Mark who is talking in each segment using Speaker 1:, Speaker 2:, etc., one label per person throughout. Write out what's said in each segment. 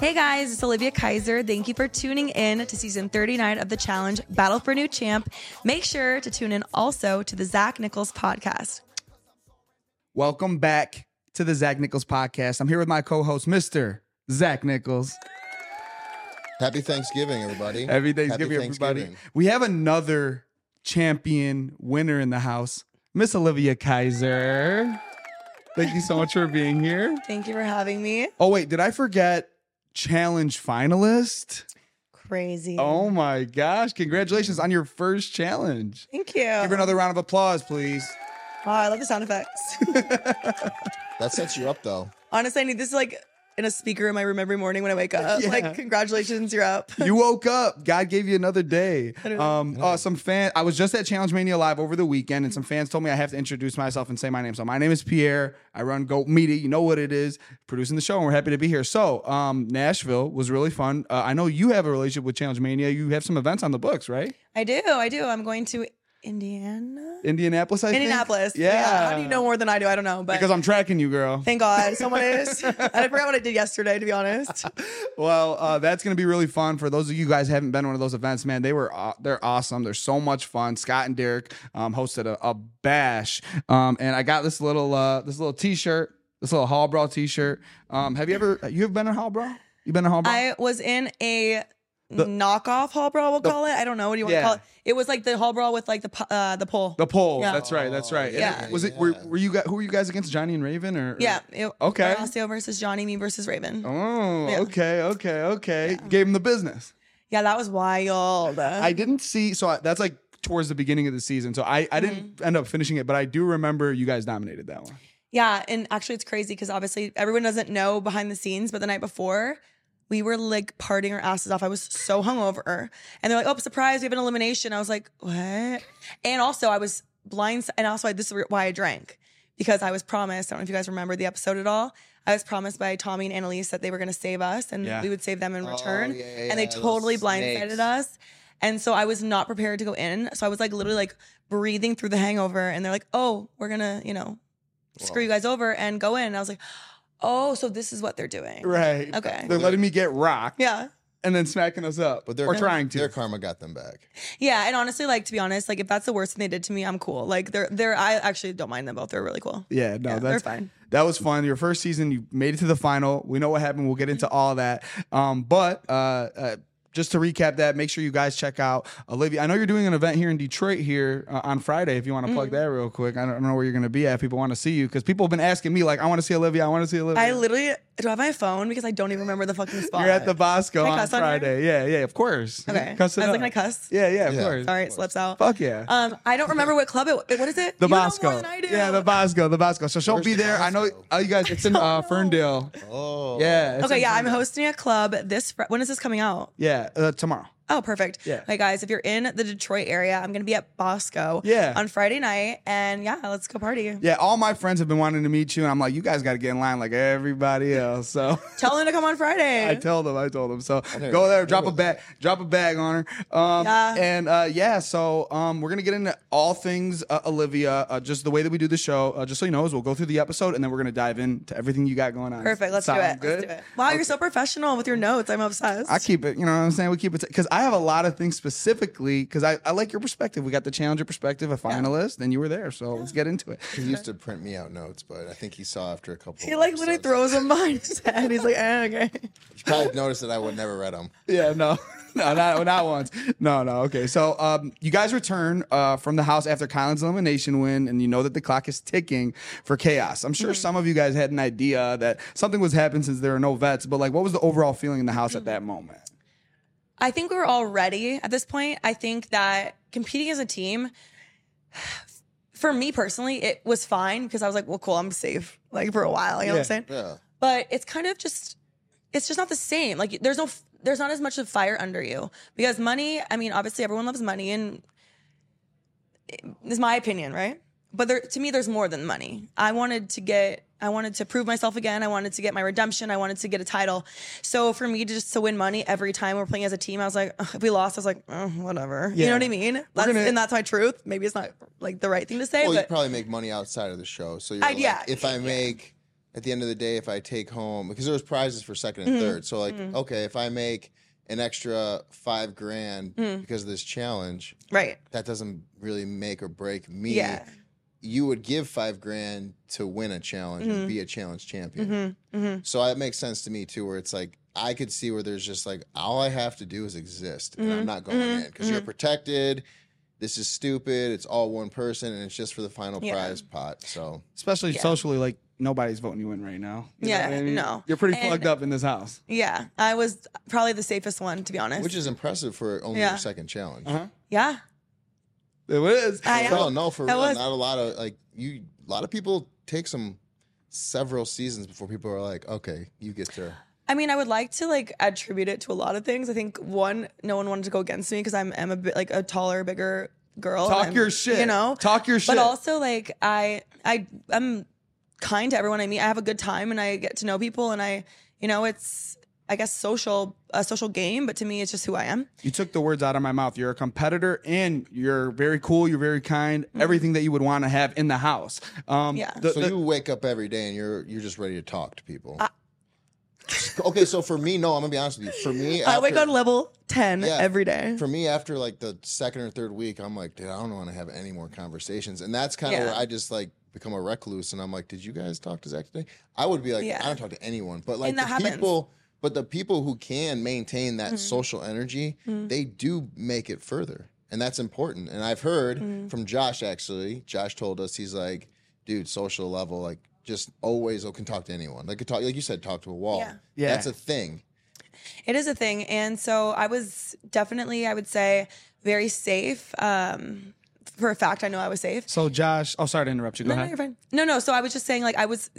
Speaker 1: Hey guys, it's Olivia Kaiser. Thank you for tuning in to season 39 of the challenge Battle for New Champ. Make sure to tune in also to the Zach Nichols podcast.
Speaker 2: Welcome back to the Zach Nichols podcast. I'm here with my co-host, Mr. Zach Nichols.
Speaker 3: Happy Thanksgiving, everybody.
Speaker 2: Every
Speaker 3: Happy
Speaker 2: Thanksgiving, everybody.
Speaker 3: Thanksgiving.
Speaker 2: We have another champion winner in the house, Miss Olivia Kaiser. Thank you so much for being here.
Speaker 1: Thank you for having me.
Speaker 2: Oh wait, did I forget challenge finalist?
Speaker 1: Crazy.
Speaker 2: Oh my gosh! Congratulations on your first challenge.
Speaker 1: Thank you.
Speaker 2: Give her another round of applause, please.
Speaker 1: Wow, I love the sound effects.
Speaker 3: That sets you up, though.
Speaker 1: Honestly, I need this like in a speaker in my room every morning when I wake up.
Speaker 2: Yeah.
Speaker 1: Like, congratulations, you're up.
Speaker 2: you woke up. God gave you another day.
Speaker 1: Literally.
Speaker 2: Um, uh, some fan. I was just at Challenge Mania Live over the weekend, and some fans told me I have to introduce myself and say my name. So my name is Pierre. I run Goat Media. You know what it is. Producing the show, and we're happy to be here. So um, Nashville was really fun. Uh, I know you have a relationship with Challenge Mania. You have some events on the books, right?
Speaker 1: I do, I do. I'm going to Indiana.
Speaker 2: Indianapolis. I think?
Speaker 1: Indianapolis.
Speaker 2: Yeah.
Speaker 1: How do you know more than I do? I don't know. But
Speaker 2: Because I'm tracking you, girl.
Speaker 1: thank God someone is. and I forgot what I did yesterday, to be honest.
Speaker 2: Well, uh, that's going to be really fun for those of you guys who haven't been to one of those events, man. They were aw- they're awesome. They're so much fun. Scott and Derek um, hosted a, a bash, um, and I got this little uh, this little T-shirt, this little Hall Brawl T-shirt. Um, have you ever you have been in Hall Brawl? You been in Hall Brawl?
Speaker 1: I was in a knockoff hall brawl. We'll call it. I don't know. What do you want
Speaker 2: Yeah.
Speaker 1: to call it? It was like the hall brawl with like the po- uh, the pole.
Speaker 2: the poll.
Speaker 1: Yeah.
Speaker 2: That's right. That's right.
Speaker 1: Yeah.
Speaker 2: And Was it? Were, were you guys? Who were you guys against? Johnny and Raven or? or-
Speaker 1: yeah. It,
Speaker 2: Okay.
Speaker 1: Rossio versus Johnny. Me versus Raven.
Speaker 2: Oh,
Speaker 1: Yeah.
Speaker 2: okay, okay, okay. Gave him the business.
Speaker 1: Yeah, that was wild.
Speaker 2: I didn't see. So I, that's like towards the beginning of the season. So I,
Speaker 1: Mm-hmm.
Speaker 2: I didn't end up finishing it, but I do remember you guys nominated that one.
Speaker 1: yeah, and actually, it's crazy because obviously everyone doesn't know behind the scenes, but the night before. We were like partying our asses off. I was so hungover. And they're like, oh, surprise, we have an elimination. I was like, what? And also, I was blind. And also, I, this is why I drank because I was promised. I don't know if you guys remember the episode at all. I was promised by Tommy and Annalise that they were going to save us and
Speaker 2: Yeah.
Speaker 1: we would save them in return.
Speaker 3: Oh, yeah,
Speaker 1: and they
Speaker 3: yeah, those
Speaker 1: totally blindsided
Speaker 3: snakes.
Speaker 1: us. And so I was not prepared to go in. So I was like literally like breathing through the hangover. And they're like, oh, we're going to, you know, screw you guys over and go in. And I was like, oh, so this is what they're doing.
Speaker 2: Right.
Speaker 1: Okay.
Speaker 2: They're letting me get rocked
Speaker 1: Yeah.
Speaker 2: and then smacking us up. But
Speaker 3: they're
Speaker 2: they're or trying
Speaker 3: Their
Speaker 2: to.
Speaker 3: karma got them back.
Speaker 1: Yeah. And honestly, like, to be honest, like if that's the worst thing they did to me, I'm cool. Like they're, they're, I actually don't mind them both. They're really cool.
Speaker 2: Yeah, no,
Speaker 1: Yeah, they're
Speaker 2: that's
Speaker 1: fine.
Speaker 2: That was fun. Your first season, you made it to the final. We know what happened. We'll get into all that. Um, but uh, uh, just to recap that, make sure you guys check out Olivia. I know you're doing an event here in Detroit here uh, on Friday. If you want to
Speaker 1: Mm-hmm.
Speaker 2: plug that real quick, I don't, I don't know where you're going to be at. If people want to see you because people have been asking me like, I want to see Olivia. I want to see Olivia.
Speaker 1: I literally do I have my phone because I don't even remember the fucking spot.
Speaker 2: You're at the Bosco
Speaker 1: Can I
Speaker 2: on
Speaker 1: cuss on here?
Speaker 2: Friday. yeah, yeah, of course.
Speaker 1: Okay.
Speaker 2: Cuss it
Speaker 1: I was like,
Speaker 2: up.
Speaker 1: can I cuss?
Speaker 2: Yeah, yeah, of
Speaker 3: Yeah.
Speaker 2: course.
Speaker 1: All right, slips out.
Speaker 2: Fuck yeah.
Speaker 1: Um, I don't remember what club it. What is it?
Speaker 2: the
Speaker 1: you
Speaker 2: Bosco.
Speaker 1: Know more than I do.
Speaker 2: Yeah, the Bosco, the Bosco. So she'll
Speaker 3: Where's
Speaker 2: be
Speaker 3: the
Speaker 2: there. I know
Speaker 3: Bosco?
Speaker 2: oh, you guys, it's in uh, Ferndale.
Speaker 3: Oh,
Speaker 2: Yeah. it's
Speaker 1: Okay,
Speaker 2: in
Speaker 1: yeah, I'm
Speaker 2: Ferndale.
Speaker 1: hosting a club this. Fr- when is this coming out?
Speaker 2: Yeah, uh, tomorrow.
Speaker 1: Oh, perfect.
Speaker 2: Yeah.
Speaker 1: Hey guys, if you're in the Detroit area, I'm gonna be at Bosco
Speaker 2: Yeah.
Speaker 1: on Friday night. And yeah, let's go party.
Speaker 2: Yeah, all my friends have been wanting to meet you, and I'm like, you guys got to get in line like everybody else. So
Speaker 1: Tell them to come on Friday.
Speaker 2: I tell them, I told them. So go there, drop a bag, drop a bag on her. Um,
Speaker 1: Yeah.
Speaker 2: And uh, yeah, so um, we're gonna get into all things uh, Olivia. Uh, just the way that we do the show, uh, just so you know, is we'll go through the episode and then we're gonna dive into everything you got going on.
Speaker 1: Perfect. Let's
Speaker 2: Sound
Speaker 1: do it.
Speaker 2: Good?
Speaker 1: Let's do it. Wow, you're so professional with your notes. I'm obsessed.
Speaker 2: I keep it, you know what I'm saying? We keep it because I have a lot of things specifically because I, I like your perspective. We got the challenger perspective, a finalist, and you were there. So let's get into it.
Speaker 3: He used to print me out notes, but I think he saw after a couple.
Speaker 1: he like literally throws them behind his head. He's like, eh, okay.
Speaker 3: He probably noticed that I would never read them.
Speaker 2: Yeah, no, no, not, not once. No, no. Okay, so um, you guys return uh, from the house after Kylan's elimination win, and you know that the clock is ticking for chaos. I'm
Speaker 1: Mm-hmm.
Speaker 2: sure some of you guys had an idea that something was happening since there are no vets, but like, what was the overall feeling in the house at
Speaker 1: Mm-hmm.
Speaker 2: that moment?
Speaker 1: I think we were all ready at this point. I think that competing as a team, for me personally, it was fine because I was like, well, cool, I'm safe like for a while. You know what
Speaker 2: Yeah.
Speaker 1: I'm saying?
Speaker 3: Yeah.
Speaker 1: But it's kind of just, it's just not the same. Like there's no, f- there's not as much of fire under you because money. I mean, obviously everyone loves money, and it- it's my opinion, right? But there, to me, there's more than money. I wanted to get, I wanted to prove myself again. I wanted to get my redemption. I wanted to get a title. So for me to just to win money every time we're playing as a team, I was like, "Ugh," if we lost, I was like, "Ugh, whatever. You
Speaker 2: Yeah.
Speaker 1: know what I mean? That's,
Speaker 2: gonna-
Speaker 1: and that's my truth. Maybe it's not like the right thing to say,
Speaker 3: Well, you
Speaker 1: but
Speaker 3: probably make money outside of the show. So you're
Speaker 1: I-
Speaker 3: like,
Speaker 1: yeah,
Speaker 3: if I make at the end of the day, if I take home because there was prizes for second
Speaker 1: Mm-hmm.
Speaker 3: and third. So like, okay, if I make an extra five grand
Speaker 1: Mm.
Speaker 3: because of this challenge,
Speaker 1: right.
Speaker 3: that doesn't really make or break me.
Speaker 1: Yeah.
Speaker 3: You would give five grand to win a challenge
Speaker 1: Mm-hmm.
Speaker 3: and be a challenge champion. So that makes sense to me too, where it's like I could see where there's just like all I have to do is exist, and
Speaker 1: Mm-hmm.
Speaker 3: I'm not going in because you're protected. This is stupid. It's all one person, and it's just for the final
Speaker 1: Yeah.
Speaker 3: prize pot. So
Speaker 2: Especially socially, like nobody's voting you in right now. You know
Speaker 1: Yeah,
Speaker 2: what
Speaker 1: no.
Speaker 2: you're pretty
Speaker 1: And-
Speaker 2: plugged up in this house.
Speaker 1: Yeah, I was probably the safest one to be honest.
Speaker 3: which is impressive for only
Speaker 1: Yeah.
Speaker 3: your second challenge.
Speaker 1: yeah,
Speaker 2: It is.
Speaker 1: I-
Speaker 3: No, no, for
Speaker 1: That
Speaker 3: real.
Speaker 1: was-
Speaker 3: Not a lot of like you. A lot of people take some several seasons before people are like, okay, you get to.
Speaker 1: I mean, I would like to like attribute it to a lot of things. I think one, no one wanted to go against me because I'm, am a bit like a taller, bigger girl. and
Speaker 2: Talk
Speaker 1: I'm-
Speaker 2: your shit.
Speaker 1: you know.
Speaker 2: Talk your shit.
Speaker 1: But also, like I, I, I'm kind to everyone I meet. I have a good time and I get to know people, and I, you know, it's I guess social a social game, but to me, it's just who I am.
Speaker 2: You took the words out of my mouth. You're a competitor and you're very cool. You're very kind. Everything that you would want to have in the house.
Speaker 1: Mm-hmm.
Speaker 2: Um,
Speaker 1: Yeah.
Speaker 2: the-
Speaker 3: So
Speaker 2: the-
Speaker 3: you wake up every day and you're you're just ready to talk to people. okay, so for me, no, I'm gonna be honest with you. For me,
Speaker 1: I wake up
Speaker 3: after-
Speaker 1: level ten
Speaker 3: yeah,
Speaker 1: every day.
Speaker 3: For me, after like the second or third week, I'm like, dude, I don't want to have any more conversations, and that's kind of
Speaker 1: Yeah.
Speaker 3: where I just like become a recluse. And I'm like, did you guys talk to Zach today? I would be like,
Speaker 1: Yeah.
Speaker 3: I don't talk to anyone, but like
Speaker 1: And
Speaker 3: the
Speaker 1: that happens. Mm-hmm.
Speaker 3: people. But the people who can maintain that social energy, they do make it further. And that's important. And I've heard
Speaker 1: Mm-hmm.
Speaker 3: from Josh actually. Josh told us he's like, dude, social level, like just always oh, can talk to anyone. Like could talk like you said, talk to a wall.
Speaker 1: Yeah.
Speaker 2: Yeah.
Speaker 3: That's a thing.
Speaker 1: It is a thing. And so I was definitely, I would say, very safe. Um, for a fact, I know I was safe.
Speaker 2: So Josh, oh sorry to interrupt you. Go
Speaker 1: No, no,
Speaker 2: ahead.
Speaker 1: you're fine. No, no. So I was just saying, like, I was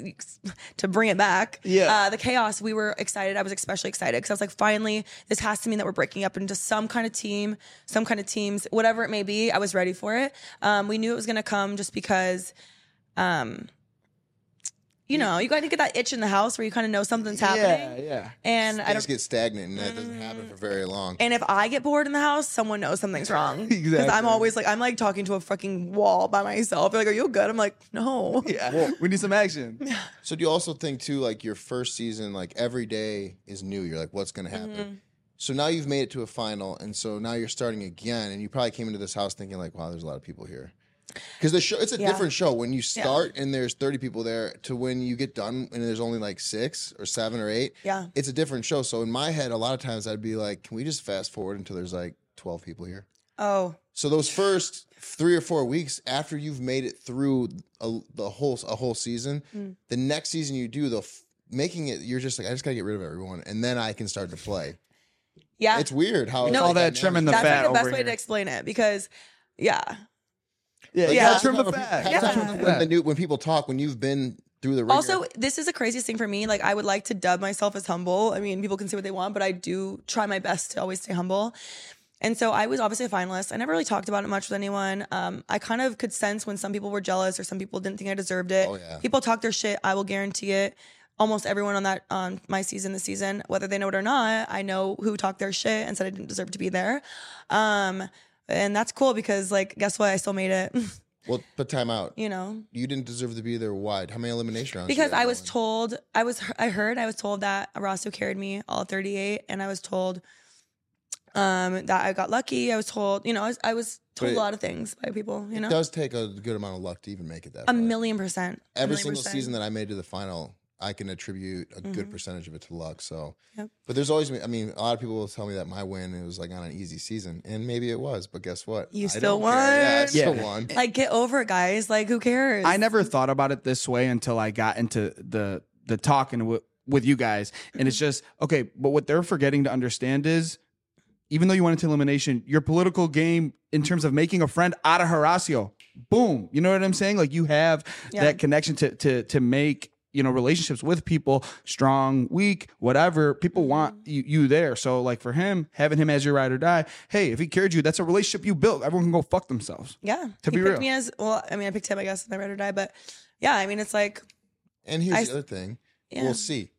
Speaker 1: to bring it back.
Speaker 2: Yeah.
Speaker 1: Uh, the chaos. We were excited. I was especially excited because I was like, finally, this has to mean that we're breaking up into some kind of team, some kind of teams, whatever it may be. I was ready for it. Um, we knew it was gonna come just because, um, you know, you got to get that itch in the house where you kind of know something's happening.
Speaker 2: Yeah, yeah.
Speaker 1: And I
Speaker 3: Things
Speaker 1: don't. Mm-hmm.
Speaker 3: get stagnant and that doesn't happen for very long.
Speaker 1: And if I get bored in the house, someone knows something's wrong. Because
Speaker 2: Exactly.
Speaker 1: I'm always like, I'm like talking to a fucking wall by myself. They're like, are you good? I'm like, no.
Speaker 2: Yeah. we need some action.
Speaker 3: So do you also think too, like your first season, like every day is new. You're like, what's going to happen?
Speaker 1: Mm-hmm.
Speaker 3: So now you've made it to a final, and so now you're starting again. And you probably came into this house thinking like, wow, there's a lot of people here. Because the show, it's a
Speaker 1: Yeah.
Speaker 3: different show when you start and there's 30 people there to when you get done and there's only like six or seven or eight.
Speaker 1: Yeah.
Speaker 3: It's a different show. So in my head, a lot of times I'd be like, can we just fast forward until there's like 12 people here?
Speaker 1: Oh,
Speaker 3: So those first three or four weeks after you've made it through a, the whole a whole season,
Speaker 1: Mm.
Speaker 3: the next season you do the f- making it, you're just like I just gotta get rid of everyone, and then I can start to play.
Speaker 1: yeah.
Speaker 3: It's weird how
Speaker 1: No,
Speaker 2: All that trimming the
Speaker 1: That's
Speaker 2: fat
Speaker 1: like the best
Speaker 2: over
Speaker 1: way to
Speaker 2: here.
Speaker 1: explain it because, yeah,
Speaker 2: yeah,
Speaker 3: yeah,
Speaker 2: yeah. Trim the fat.
Speaker 1: Yeah.
Speaker 3: when, the new, when people talk when you've been through the ringer,
Speaker 1: Also, this is the craziest thing for me. Like, I would like to dub myself as humble. I mean, people can say what they want, but I do try my best to always stay humble. And so I was obviously a finalist. I never really talked about it much with anyone. Um, I kind of could sense when some people were jealous or some people didn't think I deserved it.
Speaker 3: Oh, yeah.
Speaker 1: People talk their shit. I will guarantee it. Almost everyone on that on my season this season, whether they know it or not, I know who talked their shit and said I didn't deserve to be there. Um, and that's cool because like guess what? I still made it.
Speaker 3: Well, but time out.
Speaker 1: you know,
Speaker 3: You didn't deserve to be there. Why? How many elimination rounds? did
Speaker 1: because
Speaker 3: you have
Speaker 1: I was
Speaker 3: going?
Speaker 1: told I was I heard I was told that Rosso carried me all 38, and I was told um that I got lucky. I was told you know I was, I was told
Speaker 3: But
Speaker 1: a lot of things by people. You
Speaker 3: It
Speaker 1: know,
Speaker 3: does take a good amount of luck to even make it that.
Speaker 1: a
Speaker 3: far.
Speaker 1: million percent. A
Speaker 3: Every
Speaker 1: million
Speaker 3: single
Speaker 1: percent. Mm-hmm.
Speaker 3: season that I made to the final, I can attribute a good percentage of it to luck. So,
Speaker 1: Yep.
Speaker 3: but there's always, I mean, a lot of people will tell me that my win it was like on an easy season, and maybe it was. But guess what?
Speaker 1: You
Speaker 3: I
Speaker 1: still
Speaker 3: don't care. Yeah, I
Speaker 1: won.
Speaker 3: still
Speaker 2: Yeah.
Speaker 3: won.
Speaker 1: Like get over it, guys. Like who cares?
Speaker 2: I never thought about it this way until I got into the the talking with with you guys, and it's just okay. But what they're forgetting to understand is, even though you went into elimination, your political game in terms of making a friend out of Horacio, boom. You know what I'm saying? Like you have
Speaker 1: Yeah.
Speaker 2: that connection to to to make you know relationships with people strong weak whatever people
Speaker 1: Mm-hmm.
Speaker 2: want you, you there so like for him having him as your ride or die hey if he carried you that's a relationship you built everyone can go fuck themselves
Speaker 1: Yeah,
Speaker 2: To
Speaker 1: he
Speaker 2: be
Speaker 1: picked
Speaker 2: real.
Speaker 1: me as well. I mean, I picked him, I guess, in the ride or die. But yeah, I mean, it's like
Speaker 3: And here's
Speaker 1: I
Speaker 3: the
Speaker 1: s-
Speaker 3: other thing.
Speaker 1: yeah,
Speaker 3: We'll see.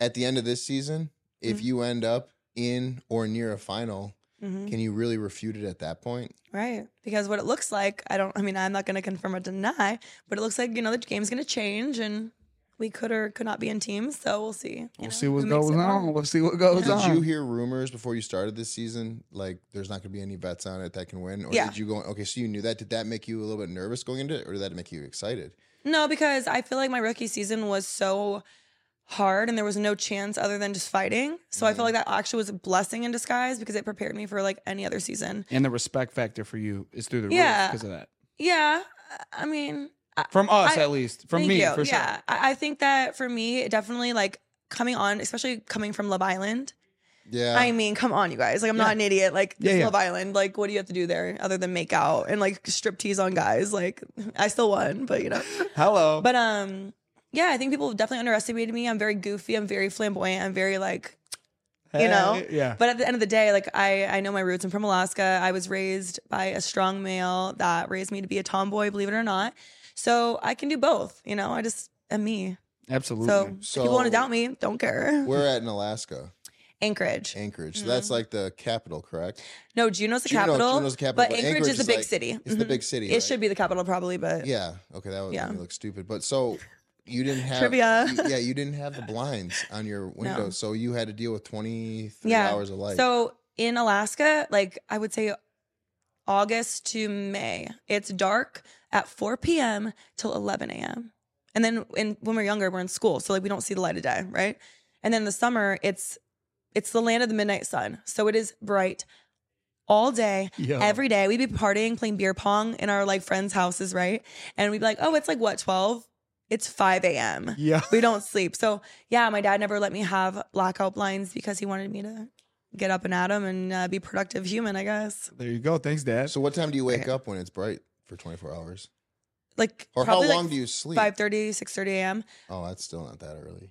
Speaker 3: At the end of this season, if
Speaker 1: Mm-hmm.
Speaker 3: you end up in or near a final,
Speaker 1: Mhm.
Speaker 3: can you really refute it at that point?
Speaker 1: right. Because what it looks like, I don't. I mean, I'm not going to confirm or deny, but it looks like you know the game's going to change and. We could or could not be in teams, so we'll see. you know,
Speaker 2: we'll see
Speaker 1: who
Speaker 2: what
Speaker 1: makes
Speaker 2: goes
Speaker 1: it
Speaker 2: on
Speaker 1: more.
Speaker 2: we'll see what goes on
Speaker 3: Did you hear rumors before you started this season? Like there's not going to be any vets on it that can win, or
Speaker 1: Yeah.
Speaker 3: did you go? Okay, so you knew that. Did that make you a little bit nervous going into it, or did that make you excited?
Speaker 1: No, because I feel like my rookie season was so hard and there was no chance other than just fighting. So
Speaker 2: Mm.
Speaker 1: I feel like that actually was a blessing in disguise because it prepared me for like any other season.
Speaker 2: and the respect factor for you is through the
Speaker 1: Yeah.
Speaker 2: roof because of that.
Speaker 1: Yeah. I mean, I,
Speaker 2: From us,
Speaker 1: I-
Speaker 2: at least, from
Speaker 1: thank
Speaker 2: me,
Speaker 1: you.
Speaker 2: for sure.
Speaker 1: Yeah. I, I think that for me, it definitely like coming on, especially coming from Love Island.
Speaker 3: Yeah,
Speaker 1: I mean, come on, you guys. Like, I'm not an idiot. Like,
Speaker 2: Yeah,
Speaker 1: it's
Speaker 2: yeah.
Speaker 1: Love Island. Like, what do you have to do there other than make out and like strip tease on guys? Like, I still won, but you know.
Speaker 2: Hello,
Speaker 1: But um, yeah, I think people definitely underestimated me. I'm very goofy. I'm very flamboyant. I'm very like, you know.
Speaker 2: yeah.
Speaker 1: But at the end of the day, like I I know my roots. I'm from Alaska. I was raised by a strong male that raised me to be a tomboy, believe it or not. So I can do both. You know, I just am me.
Speaker 2: absolutely.
Speaker 1: So,
Speaker 3: So-
Speaker 1: if people want to doubt me, don't care.
Speaker 3: we're at in Alaska,
Speaker 1: Anchorage.
Speaker 3: Anchorage. So that's like the capital, correct?
Speaker 1: No, Juneau's the
Speaker 3: Juneau-
Speaker 1: capital.
Speaker 3: Juneau's the capital,
Speaker 1: But
Speaker 3: but
Speaker 1: Anchorage,
Speaker 3: Anchorage
Speaker 1: is the
Speaker 3: is
Speaker 1: big
Speaker 3: like-
Speaker 1: city.
Speaker 3: it's the
Speaker 1: Mhm.
Speaker 3: big city,
Speaker 1: It
Speaker 3: right?
Speaker 1: should be the capital, probably. But
Speaker 3: Yeah. Okay, that would
Speaker 1: Yeah.
Speaker 3: make me look stupid. But so you didn't have
Speaker 1: Trivia.
Speaker 3: you- yeah, you didn't have the blinds on your window, so you had to deal with 23 hours of light.
Speaker 1: So in Alaska, like I would say August to May, it's dark at 4 p.m. till 11 a.m. And then in, when we're younger, we're in school, so like we don't see the light of day, right? And then the summer, it's it's the land of the midnight sun, so it is bright all day, every day. We'd be partying, playing beer pong in our like friends' houses, right? And we'd be like, oh, it's like what 12? It's 5 a.m.
Speaker 2: Yeah.
Speaker 1: we don't sleep. So yeah, my dad never let me have blackout blinds because he wanted me to get up and at 'em and uh, be productive human, I guess.
Speaker 2: there you go. Thanks, Dad.
Speaker 3: So what time do you wake up when it's bright for 24 hours?
Speaker 1: Like
Speaker 3: Or how
Speaker 1: probably
Speaker 3: long
Speaker 1: like
Speaker 3: do you sleep?
Speaker 1: 5:30, 6:30 a.m.
Speaker 3: Oh, that's still not that early.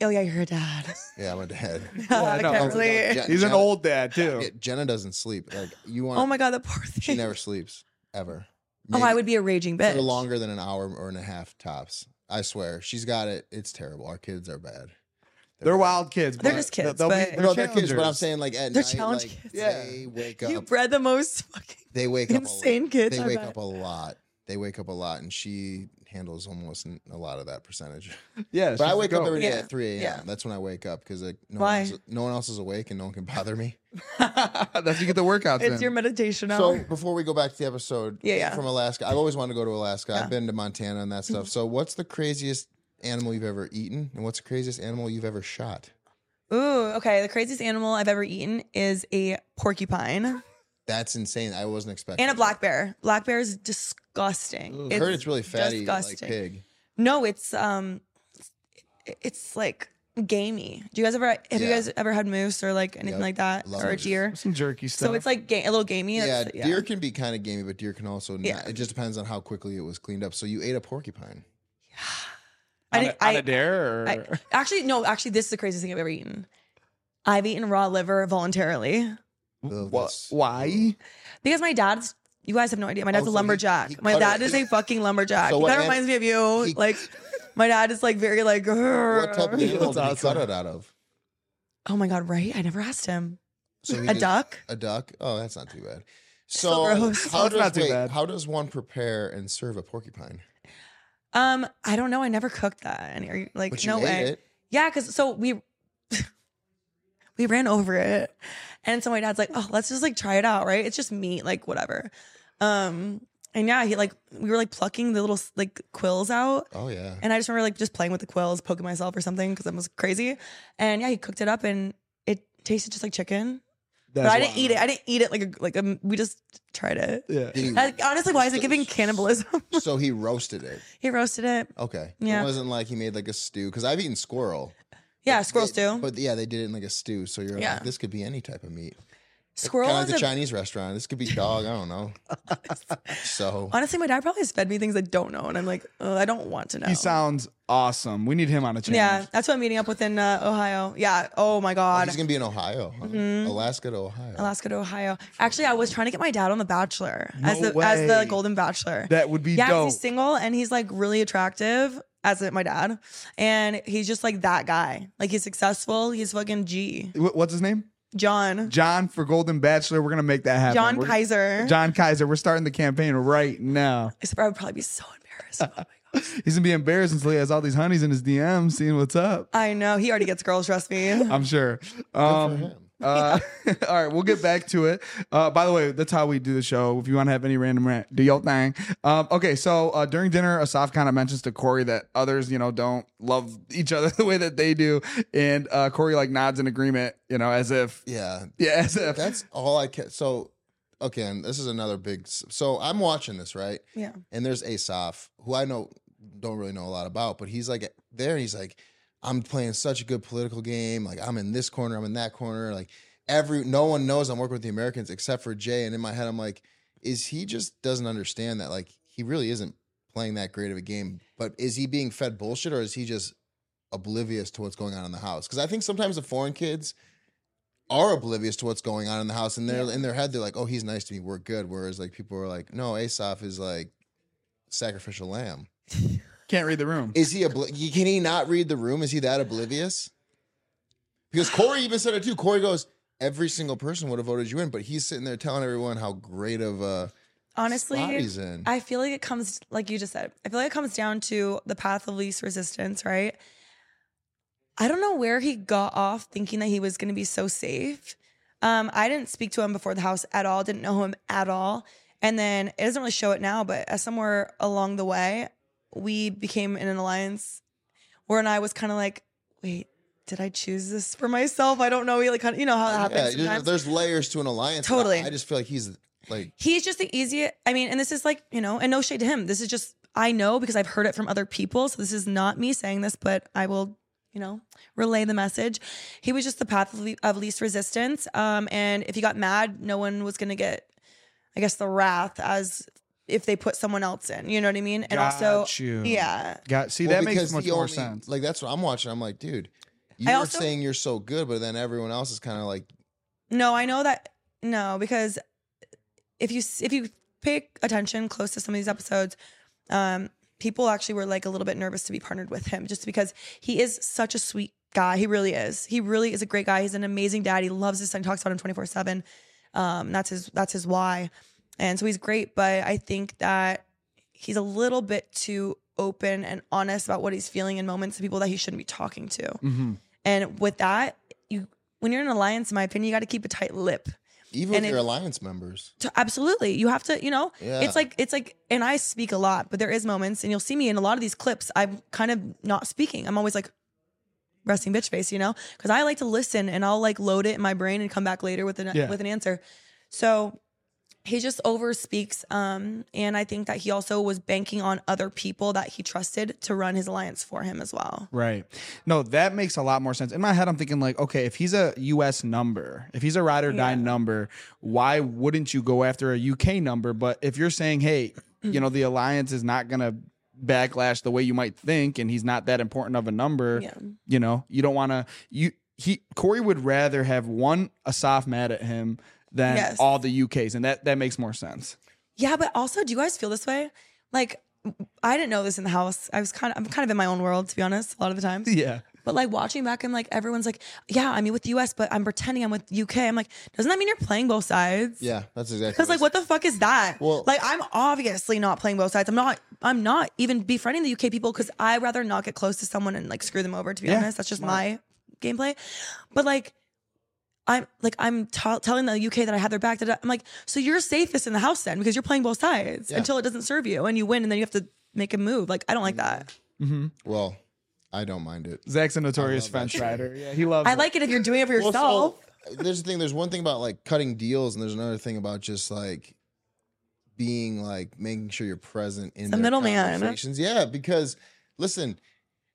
Speaker 1: Oh yeah, you're a dad.
Speaker 3: Yeah, my dad.
Speaker 1: I can't relate.
Speaker 3: Yeah,
Speaker 2: He's an
Speaker 3: Jenna-
Speaker 2: old dad too.
Speaker 3: Yeah, Jenna doesn't sleep. Like you want.
Speaker 1: Oh my god, that poor thing.
Speaker 3: She never sleeps ever.
Speaker 1: oh, I would be a raging
Speaker 3: Maybe
Speaker 1: bitch.
Speaker 3: for longer than an hour or and a half tops. I swear, she's got it. It's terrible. Our kids are bad.
Speaker 2: They're wild kids.
Speaker 1: They're
Speaker 2: but
Speaker 1: just kids,
Speaker 2: they'll be-
Speaker 1: but-
Speaker 3: No, they're kids, but I'm
Speaker 2: challengers.
Speaker 3: saying like at
Speaker 1: They're
Speaker 3: night,
Speaker 1: challenge
Speaker 3: like,
Speaker 1: kids.
Speaker 3: yeah. they wake up.
Speaker 1: You bred the most fucking.
Speaker 3: they wake up a
Speaker 1: insane
Speaker 3: lot.
Speaker 1: kids,
Speaker 3: They
Speaker 1: I
Speaker 3: wake
Speaker 1: bet.
Speaker 3: up a lot. They wake up a lot, and she handles almost n- a lot of that percentage.
Speaker 2: Yeah,
Speaker 3: But I wake up every day
Speaker 1: Yeah.
Speaker 3: at 3 a.m.
Speaker 1: Yeah.
Speaker 3: That's when I wake up because like no,
Speaker 1: Why?
Speaker 3: One else, no one else is awake and no one can bother me.
Speaker 2: That's when you get the workouts in.
Speaker 1: It's your meditation
Speaker 3: So
Speaker 1: hour.
Speaker 3: before we go back to the episode,
Speaker 1: Yeah, yeah. Mm-hmm.
Speaker 3: from Alaska, I've always wanted to go to Alaska. I've been to Montana and that stuff. So what's the craziest animal you've ever eaten, and what's the craziest animal you've ever shot?
Speaker 1: Ooh, okay. The craziest animal I've ever eaten is a porcupine
Speaker 3: That's insane. I wasn't expecting.
Speaker 1: and a
Speaker 3: that.
Speaker 1: black bear. Black bear is disgusting.
Speaker 3: I heard it's really fatty,
Speaker 1: disgusting.
Speaker 3: like pig.
Speaker 1: No, it's um, it's- it's like gamey. Do you guys ever have you
Speaker 3: Yeah.
Speaker 1: guys ever had moose or like anything
Speaker 3: Yep.
Speaker 1: like that
Speaker 3: Love
Speaker 1: or a
Speaker 3: moose.
Speaker 1: deer?
Speaker 2: some jerky stuff.
Speaker 1: So it's like ga- a little gamey.
Speaker 3: Yeah,
Speaker 1: It's-
Speaker 3: deer can be kind of gamey, but deer can also. Not,
Speaker 1: Yeah.
Speaker 3: It just depends on how quickly it was cleaned up. So you ate a porcupine.
Speaker 1: I
Speaker 2: on,
Speaker 1: didn't-
Speaker 2: a, on
Speaker 1: I-
Speaker 2: a dare. Or...
Speaker 1: I, actually, no. Actually, this is the craziest thing I've ever eaten. I've eaten raw liver voluntarily
Speaker 3: Ugh,
Speaker 2: Wha-
Speaker 3: that's-
Speaker 2: Why?
Speaker 1: because my dad's. You guys have no idea. My dad's
Speaker 3: Oh, so
Speaker 1: a
Speaker 3: he-
Speaker 1: lumberjack.
Speaker 3: he
Speaker 1: my
Speaker 3: cut
Speaker 1: dad
Speaker 3: it.
Speaker 1: is a fucking lumberjack.
Speaker 3: So what
Speaker 1: that
Speaker 3: an-
Speaker 1: reminds me of you.
Speaker 3: he-
Speaker 1: like, my dad is like very like.
Speaker 3: What type of animal did he cut it out of?
Speaker 1: Oh my god! Right? I never asked him.
Speaker 3: So he
Speaker 1: A
Speaker 3: just-
Speaker 1: duck?
Speaker 3: A duck. Oh, that's not too bad.
Speaker 1: So
Speaker 3: So,
Speaker 1: gross.
Speaker 3: how
Speaker 2: Oh, it's
Speaker 3: does
Speaker 2: not too
Speaker 3: wait,
Speaker 2: bad.
Speaker 3: how does one prepare and serve a porcupine?
Speaker 1: Um, I don't know. I never cooked that. And are you like,
Speaker 3: But you
Speaker 1: no
Speaker 3: ate
Speaker 1: way.
Speaker 3: it.
Speaker 1: Yeah, because so we we ran over it, and so my dad's like, oh, let's just like try it out, right? It's just meat, like whatever. Um, and yeah, he like we were like plucking the little like quills out.
Speaker 3: Oh yeah.
Speaker 1: And I just remember like just playing with the quills, poking myself or something because I was crazy. And yeah, he cooked it up and it tasted just like chicken. But I didn't eat it. I didn't eat it like a, like a, we just tried it.
Speaker 2: Yeah.
Speaker 3: Did he-
Speaker 1: Like, honestly, why is it giving cannibalism?
Speaker 3: so he roasted it.
Speaker 1: he roasted it.
Speaker 3: Okay.
Speaker 1: Yeah.
Speaker 3: It wasn't like he made like a stew because I've eaten squirrel.
Speaker 1: Yeah, squirrels
Speaker 3: They-
Speaker 1: do.
Speaker 3: But yeah, they did it in like a stew. So you're
Speaker 1: Yeah.
Speaker 3: like, this could be any type of meat.
Speaker 1: Squirrel
Speaker 3: kind of like
Speaker 1: is
Speaker 3: the
Speaker 1: a-
Speaker 3: Chinese restaurant. This could be dog. I don't know. so oh,
Speaker 1: Honestly, Oh my dad probably has fed me things I don't know, and I'm like, oh, I don't want to know.
Speaker 2: He sounds awesome. We need him on a channel.
Speaker 1: yeah, that's what I'm meeting up with in uh, Ohio. Yeah. Oh my
Speaker 3: oh,
Speaker 1: God. Mm-hmm.
Speaker 3: he's gonna be in Ohio, huh? Alaska to Ohio.
Speaker 1: Alaska to Ohio. Actually, I was trying to get my dad on The Bachelor as
Speaker 2: No
Speaker 1: the as the
Speaker 2: way.
Speaker 1: Golden Bachelor.
Speaker 2: That would be
Speaker 1: yeah, 'cause
Speaker 2: dope.
Speaker 1: he's single and he's like really attractive as it- my dad, and he's just like that guy. Like he's successful. He's fucking G.
Speaker 2: Wh- What's his name?
Speaker 1: John.
Speaker 2: John for Golden Bachelor. We're gonna make that happen.
Speaker 1: John
Speaker 2: We're-
Speaker 1: Kaiser.
Speaker 2: John Kaiser. We're starting the campaign right now.
Speaker 1: Except I would probably be so embarrassed. Oh my God.
Speaker 2: He's gonna be embarrassed until he has all these honeys in his DMs, seeing what's up.
Speaker 1: I know he already gets girls. Trust me.
Speaker 2: I'm sure. Um, uh, all right, we'll get back to it. Uh, by the way, that's how we do the show. If you want to have any random rant, do your thing. Um, okay, so uh, during dinner, Asaf kind of mentions to Corey that others, you know, don't love each other the way that they do, and uh, Corey like nods in agreement, you know, as if
Speaker 3: yeah,
Speaker 2: yeah, as if
Speaker 3: That's all I can. So, okay, and this is another big. So I'm watching this right,
Speaker 1: Yeah.
Speaker 3: and there's Asaf, who I know don't really know a lot about, but he's like there, and he's like, I'm playing such a good political game. Like I'm in this corner, I'm in that corner. Like every no one knows I'm working with the Americans except for Jay. And in my head, I'm like, is he just doesn't understand that like he really isn't playing that great of a game? But is he being fed bullshit or is he just oblivious to what's going on in the house? Because I think sometimes the foreign kids are oblivious to what's going on in the house, and they're in their head they're like, oh, he's nice to me, we're good. Whereas like people are like, no, Asaf is like sacrificial lamb.
Speaker 2: can't read the room.
Speaker 3: Is he obli- can he not read the room? Is he that oblivious? Because Corey even said it too. Corey goes, every single person would have voted you in, but he's sitting there telling everyone how great of a
Speaker 1: honestly
Speaker 3: spot he's in.
Speaker 1: i feel like it comes like you just said i feel like it comes down to the path of least resistance right i don't know where he got off thinking that he was going to be so safe um, i didn't speak to him before the house at all didn't know him at all and then it doesn't really show it now but as somewhere along the way we became in an alliance where and i was kind of like wait did i choose this for myself i don't know He like kinda, you know how it happens
Speaker 3: yeah, there's-
Speaker 1: sometimes.
Speaker 3: there's layers to an alliance.
Speaker 1: Totally.
Speaker 3: I, I just feel like he's like
Speaker 1: He's just the easiest. I mean, and this is like, you know, and no shade to him. This is just, I know because I've heard it from other people. So this is not me saying this, but I will, you know, relay the message. He was just the path of, le- of least resistance. Um, and if he got mad, no one was going to get, I guess, the wrath as if they put someone else in. You know what I mean? And
Speaker 2: Got
Speaker 1: also,
Speaker 2: you.
Speaker 1: yeah.
Speaker 2: Got see
Speaker 3: Well,
Speaker 2: that makes
Speaker 3: because
Speaker 2: much
Speaker 3: he
Speaker 2: more
Speaker 3: only-
Speaker 2: sense.
Speaker 3: Like that's what I'm watching. I'm like, dude, you
Speaker 1: I
Speaker 3: were
Speaker 1: also-
Speaker 3: saying you're so good, but then everyone else is kind of like,
Speaker 1: No, I know that. No, because if you if you pay attention close to some of these episodes, um, people actually were like a little bit nervous to be partnered with him, just because he is such a sweet guy. He really is. He really is a great guy. He's an amazing dad. He loves his son. Talks about him twenty four seven. Um, that's his. That's his why. And so he's great. But I think that he's a little bit too open and honest about what he's feeling in moments to people that he shouldn't be talking to.
Speaker 2: Mm-hmm.
Speaker 1: And with that, you when you're in an alliance, in my opinion, you got to keep a tight lip.
Speaker 3: Even
Speaker 1: And
Speaker 3: with your
Speaker 1: it-
Speaker 3: alliance members.
Speaker 1: To- absolutely you have to you know
Speaker 3: Yeah.
Speaker 1: it's like it's like and i speak a lot but there is moments and you'll see me in a lot of these clips i'm kind of not speaking i'm always like resting bitch face you know because i like to listen and i'll like load it in my brain and come back later with an
Speaker 2: Yeah.
Speaker 1: with an answer so he just over speaks um and i think that he also was banking on other people that he trusted to run his alliance for him as well
Speaker 2: Right. No, that makes a lot more sense. In my head, I'm thinking like, okay, if he's a US number, if he's a ride or die number, why wouldn't you go after a UK number? But if you're saying, hey, you know, the alliance is not gonna backlash the way you might think, and he's not that important of a number,
Speaker 1: Yeah.
Speaker 2: you know, you don't wanna you he Corey would rather have one Asaf mad at him than
Speaker 1: Yes.
Speaker 2: all the UKs, and that that makes more sense.
Speaker 1: Yeah, but also, do you guys feel this way? Like, I didn't know this in the house. I was kind of, I'm kind of in my own world, to be honest, a lot of the time.
Speaker 2: Yeah.
Speaker 1: But like watching back, I'm like, everyone's like, yeah, I'm with US, but I'm pretending I'm with UK. I'm like, doesn't that mean you're playing both sides?
Speaker 3: Yeah, that's exactly.
Speaker 1: Because like, what the fuck is that?
Speaker 3: Well-
Speaker 1: like, I'm obviously not playing both sides. I'm not. I'm not even befriending the UK people because I rather not get close to someone and like screw them over. To be
Speaker 2: Yeah,
Speaker 1: honest, that's just
Speaker 2: smart.
Speaker 1: my gameplay. But like, I'm like I'm t- telling the UK that I have their back. da-da. I'm like, so you're safest in the house then because you're playing both sides
Speaker 3: Yeah.
Speaker 1: until it doesn't serve you and you win and then you have to make a move. Like I don't like that.
Speaker 3: Well, I don't mind it.
Speaker 2: Zach's a notorious
Speaker 3: love that
Speaker 2: French
Speaker 3: shit.
Speaker 2: rider. Yeah, he loves
Speaker 1: I like it if you're doing it for yourself.
Speaker 3: there's the thing. There's one thing about like cutting deals, and there's another thing about just like being like making sure you're present in
Speaker 1: The
Speaker 3: their
Speaker 1: middleman.
Speaker 3: conversations. Yeah, because listen,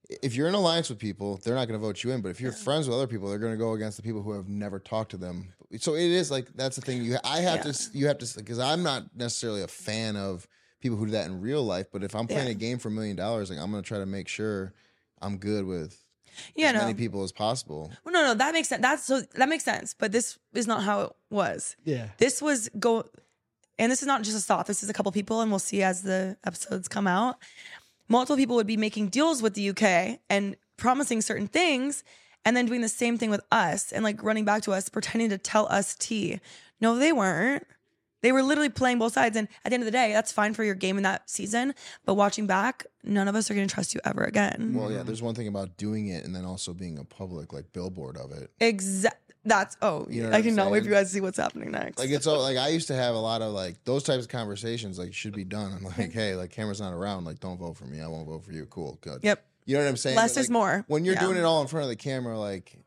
Speaker 3: if you're in alliance with people, they're not going to vote you in. But if you're friends with other people, they're going to go against the people who have never talked to them. So it is like that's the thing. You I have to s- you have to because I'm not necessarily a fan of people who do that in real life. But if I'm playing
Speaker 1: Yeah.
Speaker 3: a game for a million dollars, like I'm going to try to make sure I'm good with
Speaker 1: yeah,
Speaker 3: as
Speaker 1: no.
Speaker 3: many people as possible.
Speaker 1: Well, no, no, that makes sense. That's so that makes sense. But this is not how it was.
Speaker 2: Yeah.
Speaker 1: This was go, and this is not just a thought. This is a couple people, and we'll see as the episodes come out. Multiple people would be making deals with the UK and promising certain things, and then doing the same thing with us and like running back to us, pretending to tell us tea. No, they weren't. They were literally playing both sides. And at the end of the day, that's fine for your game in that season. But watching back, none of us are going to trust you ever again.
Speaker 3: Well, yeah, there's one thing about doing it and then also being a public like billboard of it.
Speaker 1: Exact. That's oh,
Speaker 3: You know what
Speaker 1: I
Speaker 3: I'm
Speaker 1: cannot wait for
Speaker 3: saying?
Speaker 1: you guys to see what's happening next.
Speaker 3: Like it's all like I used to have a lot of like those types of conversations like should be done. I'm like, hey, like camera's not around, like don't vote for me. I won't vote for you. Cool, good.
Speaker 1: Yep.
Speaker 3: You know what I'm saying?
Speaker 1: Less
Speaker 3: But,
Speaker 1: is
Speaker 3: like,
Speaker 1: more.
Speaker 3: When you're
Speaker 1: Yeah.
Speaker 3: doing it all in front of the camera, like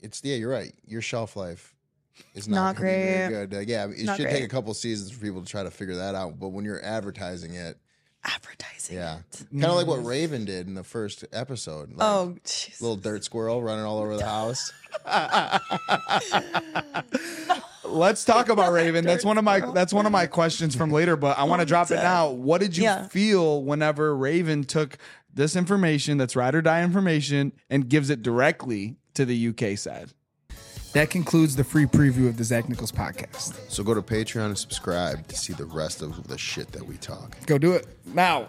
Speaker 3: it's yeah, you're right. Your shelf life is not,
Speaker 1: Not
Speaker 3: gonna be very
Speaker 1: great.
Speaker 3: good. Like, yeah, it
Speaker 1: Not
Speaker 3: should take
Speaker 1: great.
Speaker 3: a couple seasons for people to try to figure that out. But when you're advertising it,
Speaker 1: Advertising.
Speaker 3: yeah, kind of like what Raven did in the first episode. Like,
Speaker 1: Mm-hmm. Oh, jeez.
Speaker 3: little dirt squirrel running all over the house.
Speaker 2: Let's talk about Raven. That's one of my that's one of my questions from later, but I want to drop it now. What did you
Speaker 1: Yeah.
Speaker 2: feel whenever Raven took this information that's ride or die information and gives it directly to the UK side? That concludes the free preview of the Zach Nichols podcast.
Speaker 3: So go to Patreon and subscribe to see the rest of the shit that we talk.
Speaker 2: Go do it now.